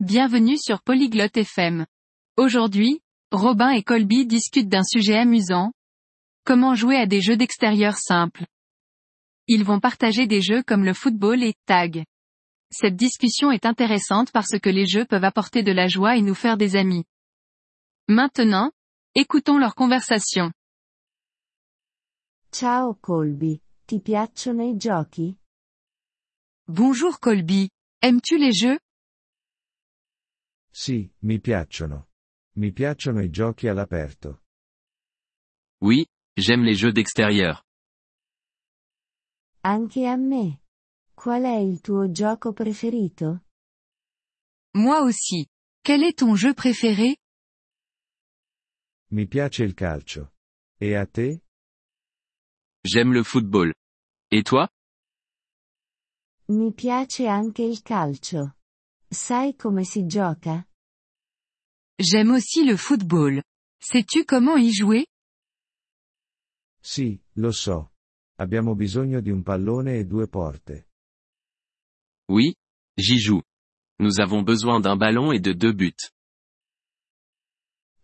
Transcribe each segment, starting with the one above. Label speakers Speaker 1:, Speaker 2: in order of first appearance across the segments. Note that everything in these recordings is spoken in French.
Speaker 1: Bienvenue sur Polyglotte FM. Aujourd'hui, Robin et Colby discutent d'un sujet amusant. Comment jouer à des jeux d'extérieur simples. Ils vont partager des jeux comme le football et tag. Cette discussion est intéressante parce que les jeux peuvent apporter de la joie et nous faire des amis. Maintenant, écoutons leur conversation.
Speaker 2: Ciao Colby, ti piacciono i giochi?
Speaker 1: Bonjour Colby. Aimes-tu les jeux
Speaker 3: Sì, mi piacciono. Mi piacciono i giochi all'aperto.
Speaker 4: Oui, j'aime les jeux d'extérieur.
Speaker 2: Anche a me. Qual è il tuo gioco preferito?
Speaker 1: Moi aussi. Quel est ton jeu préféré
Speaker 3: Mi piace il calcio. E a te?
Speaker 4: J'aime le football. Et toi
Speaker 2: Mi piace anche il calcio. Sai come si gioca?
Speaker 1: J'aime aussi le football. Sais-tu comment y jouer
Speaker 3: Sì, lo so. Abbiamo bisogno di un pallone e due porte.
Speaker 4: Oui, j'y joue. Nous avons besoin d'un ballon et de deux buts.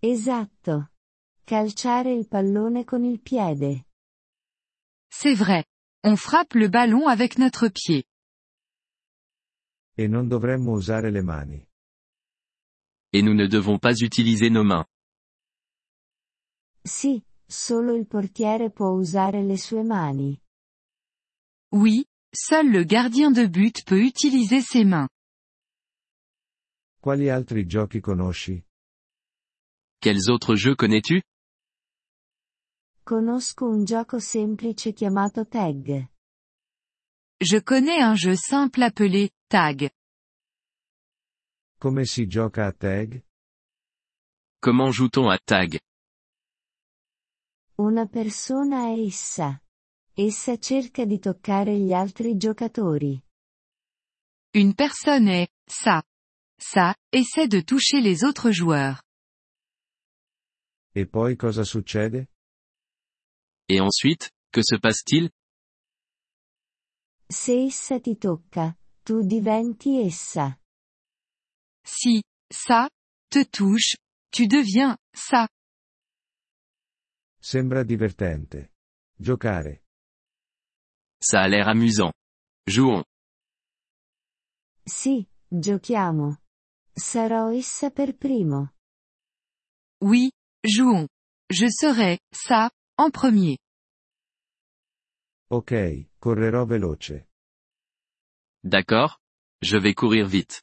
Speaker 2: Esatto. Calciare il pallone con il piede.
Speaker 1: C'est vrai. On frappe le ballon avec notre pied.
Speaker 3: E non dovremmo usare le mani.
Speaker 4: Et nous ne devons pas utiliser nos mains.
Speaker 2: Sì, solo il portiere può usare le sue mani.
Speaker 1: Oui, seul le gardien de but peut utiliser ses mains.
Speaker 3: Quali altri giochi conosci?
Speaker 4: Quels autres jeux connais-tu
Speaker 2: Conosco un gioco semplice chiamato tag.
Speaker 1: Je connais un jeu simple appelé tag.
Speaker 3: Come si gioca a tag?
Speaker 4: Comment joue-t-on à tag
Speaker 2: Una persona è essa. Essa cerca di toccare gli altri giocatori.
Speaker 1: Une personne est ça. Ça essaie de toucher les autres joueurs.
Speaker 3: E poi cosa succede?
Speaker 4: Et ensuite, que se passe-t-il
Speaker 2: Se essa ti tocca, tu diventi essa.
Speaker 1: Si ça te touche, tu deviens ça.
Speaker 3: Sembra divertente. Giocare.
Speaker 4: Ça a l'air amusant. Jouons.
Speaker 2: Sì, giochiamo. Sarò essa per primo.
Speaker 1: Oui, jouons. Je serai ça en premier.
Speaker 3: Ok, correrò veloce.
Speaker 4: D'accord Je vais courir vite.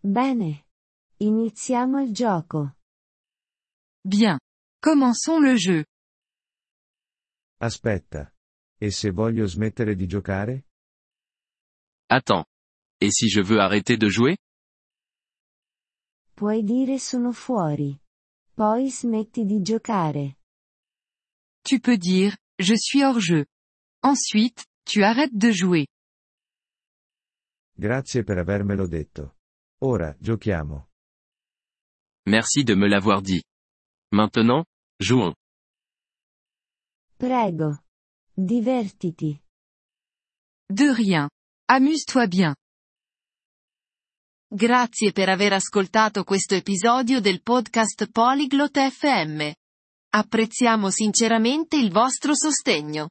Speaker 2: Bene. Iniziamo il gioco.
Speaker 1: Bien. Commençons le jeu.
Speaker 3: Aspetta. E se voglio smettere di giocare?
Speaker 4: Attends. Et si je veux arrêter de jouer
Speaker 2: Puoi dire sono fuori. Poi smetti di giocare.
Speaker 1: Tu peux dire je suis hors jeu. Ensuite, tu arrêtes de jouer.
Speaker 3: Grazie per avermelo detto. Ora, giochiamo.
Speaker 4: Merci de me l'avoir dit. Maintenant, jouons.
Speaker 2: Prego. Divertiti.
Speaker 1: De rien. Amuse-toi bien.
Speaker 5: Grazie per aver ascoltato questo episodio del podcast Polyglot FM. Apprezziamo sinceramente il vostro sostegno.